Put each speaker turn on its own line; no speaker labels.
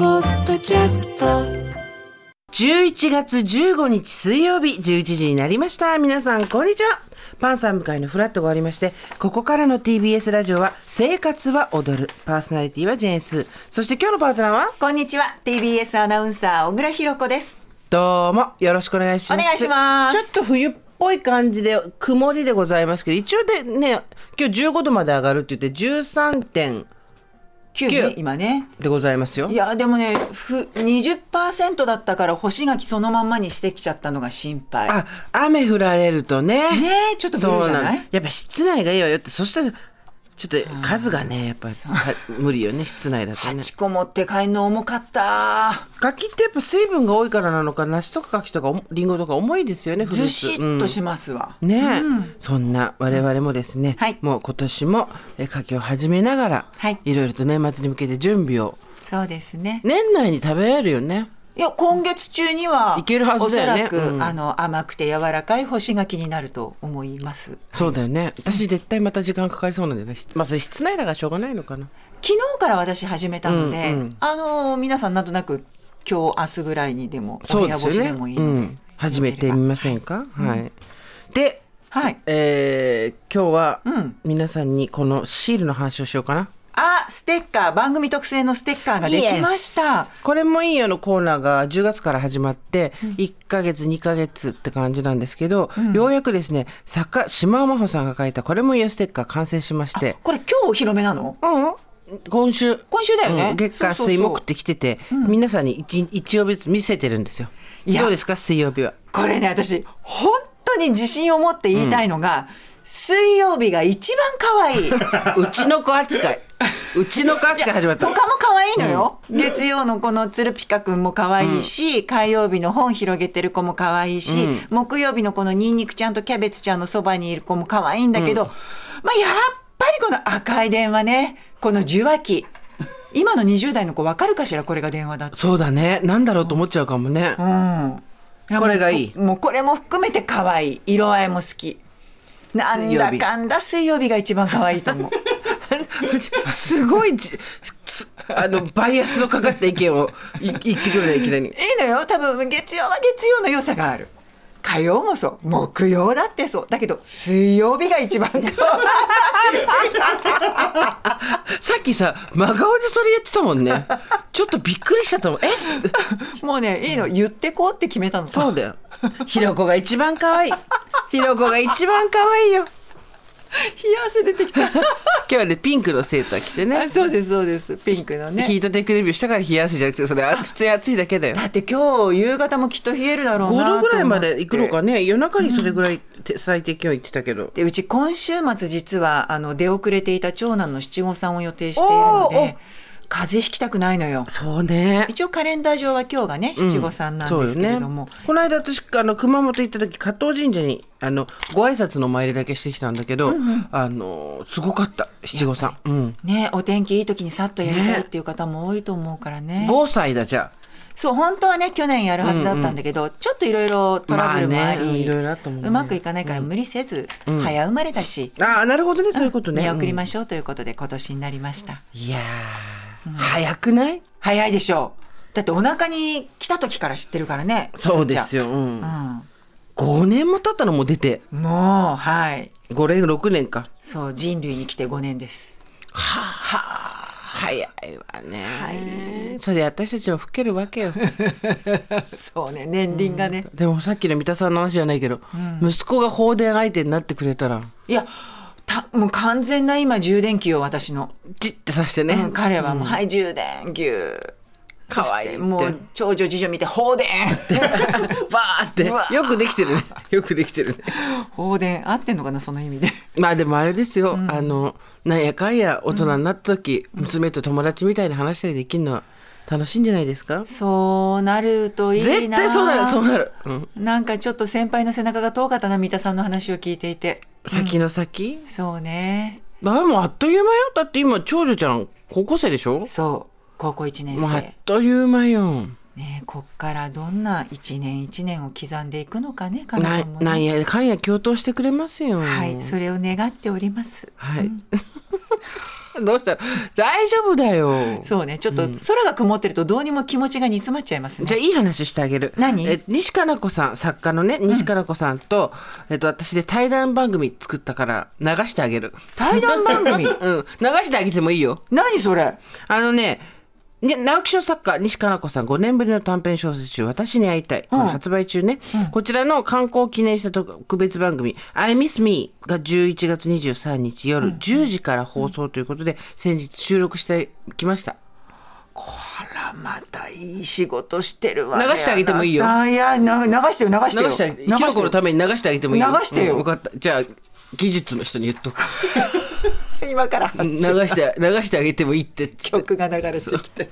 キャスト11月15日水曜日11時になりました皆さんこんにちはパンサー向かいのフラットがありましてここからの TBS ラジオは「生活は踊る」パーソナリティはジェーンスーそして今日のパートナーは
こんにちは TBS アナウンサー小倉弘子です
どうもよろしくお願いします
お願いします
ちょっと冬っぽい感じで曇りでございますけど一応でね今日15度まで上がるって言って13点
9
九
ね今ね
でございますよ
いやでもねふ20%だったから干し柿そのまんまにしてきちゃったのが心配ね
あ雨降られるとね
えちょっとブルーじゃな
の
い
やっぱ室内がいいわよってそしたらちょっと数がねやっぱは無理よね室内だとね
8個持って帰るの重かった
柿ってやっぱ水分が多いからなのか梨とか柿とかおりんごとか重いですよねフルー
ず
ツ
しっとしますわ、
ねえ、そんな我々もですね、
はい
もう今年もえ柿を始めながら、
はい
いろいろと年末に向けて準備を
そうですね
年内に食べられるよね
いや今月中にはい
けるはずだよね
おそらく、
うん
あの甘くて柔らかい干し柿になると思います
そうだよね私絶対また時間かかりそうなんだよねしまあそれ室内だからしょうがないのかな
昨日から私始めたので、
うんうん
あの皆さんなんとなく今日明日ぐらいにでもお部屋干しでもいいので
うん、始めてみませんか、はいで、
はい
えー今日は
ん
皆さんにこのシールの話をしようかな、
あステッカー番組特製のステッカーができました、
これもいいよのコーナーが10月から始まって1ヶ月2ヶ月って感じなんですけど、ようやくですね作家島尾真帆さんが書いた「これもいいよ」ステッカー完成しまして
これ今日お披露目なの
うん今週
今週だよね
うん月間
そうそう
水
そう
木って来てて皆さんに 1, 曜日ずつ見せてるんですよ
いや
どうですか水曜日は
これね私本当に自信を持って言いたいのが、水曜日が一番可愛い
うちの子扱い。うちの子扱い始まった。
他も可愛いのよ、月曜のこの鶴ピカくんも可愛いし、火曜日の本広げてる子も可愛いし、木曜日のこのニンニクちゃんとキャベツちゃんのそばにいる子も可愛いんだけど、まあやっぱりこの赤い電話ねこの受話器今の20代の子分かるかしらこれが電話だって。
そうだね。なんだろうと思っちゃうかもね。
うんや
これがいい
もうもうこれも含めて可愛い色合いも好きなんだかんだ水曜日が一番可愛いと 思う
すごいじ、つあの、バイアスのかかった意見をい言ってくるね、いきなり
い。いのよ多分月曜は月曜の良さがある火曜もそう木曜だってそうだけど水曜日が一番可愛い
さっきさ、真顔でそれ言ってたもんね。ちょっとびっくりしちゃったもん。え
もうねいいの言ってこうって決めたの
そうだよ。ひろこが一番可愛い。ひろこが一番可愛いよ。
冷や汗出て きた
今日はね、ピンクのセーター着てね
あ。そうですそうですピンクの
ヒ
ね
ートテックデビューしたから冷や汗じゃなくて、それ暑い暑いだけだよ。
だって今日夕方もきっと冷えるだろうな
5
と
度
思って
ぐらいまで行くのかね。夜中にそれぐらいて最低気温行ってたけど。
でうち今週末実はあの出遅れていた長男の七五三を予定しているの
おーお
で風邪ひきたくないのよ
そうね。
一応カレンダー上は今日がね七五三なんですけれ
そ
ども、
うよね、この間私あの熊本行った時加藤神社にあのご挨拶のお参りだけしてきたんだけど、あのすごかった七五三、うん、
ね、お天気いい時にさっとやりたい
ね
っていう方も多いと思うからね。
5歳だじゃあ
そう、本当はね、去年やるはずだったんだけど、ちょっといろいろトラブルもあ
ま
り、
あねうんいろいろあったもんね
うまくいかないから無理せず、早生まれだし、
あーなるほどねそういうことね、
見送り
うん
ましょうということで今年になりました。
いやー、早くない
早いでしょう。だってお腹に来た時から知ってるからね。
そうです
よ。
よ、うん
うん。
5年も経ったのもう出て
もう、はい。
5年6年か
そう、人類に来て5年です。
早いわね、
は
それで私たちも老けるわ けよ
そうね、年輪がね。
でもさっきの三田さんの話じゃないけど、息子が放電相手になってくれたら
いや、た、もう完全な今充電器よ、私の。
チッてさしてね、
うん彼はもう、はい、充電、ぎゅう。
かわいいっ
そ
て
してもう、長女、次女見て、放 電
バーって
うわ
よくできてる ねよくできてるね
放電、合ってんのかな、その意味で。
まあでもあれですよ、あのなんやかんや大人になった時、娘と友達みたいに話したりできるのは楽しいんじゃないですか
そうなるといいな。
絶対そうなるそうなる、うん、
なんかちょっと先輩の背中が遠かったな、三田さんの話を聞いていて。
先の先、
そうね。
まあもうあっという間よだって今長女ちゃん高校生でしょ
そう。高校1年
もうあっ
生。
という間よ
ねこっからどんな1年1年を刻んでいくのかね、彼
な
女も、ね。
なんやかんや共闘してくれますよ
はい、それを願っております。
はい どうした大丈夫だよ。
そうねちょっと空が曇ってるとどうにも気持ちが煮詰まっちゃいます
じゃ
ね
あいい話してあげる。
何
え西加奈子さん作家のね西加奈子さんと、えっと私で対談番組作ったから流してあげる。
対談番 組
うん流してあげてもいいよ。
何それ
あのね、ね直木賞作家西加奈子さん5年ぶりの短編小説中「私に会いたい」これ発売中ね、こちらの観光を記念した特別番組「I Miss Me」が11月23日夜10時から放送ということで、先日収録してきました
あらまたいい仕事してるわね
流してあげてもいいよ
あなたいやな流してよ流して
流
よ
してひろこのために流してあげてもいい
流してよ
うん分かったじゃあ技術の人に言っとく
今から
流して流してあげてもいいって
曲が流れてきて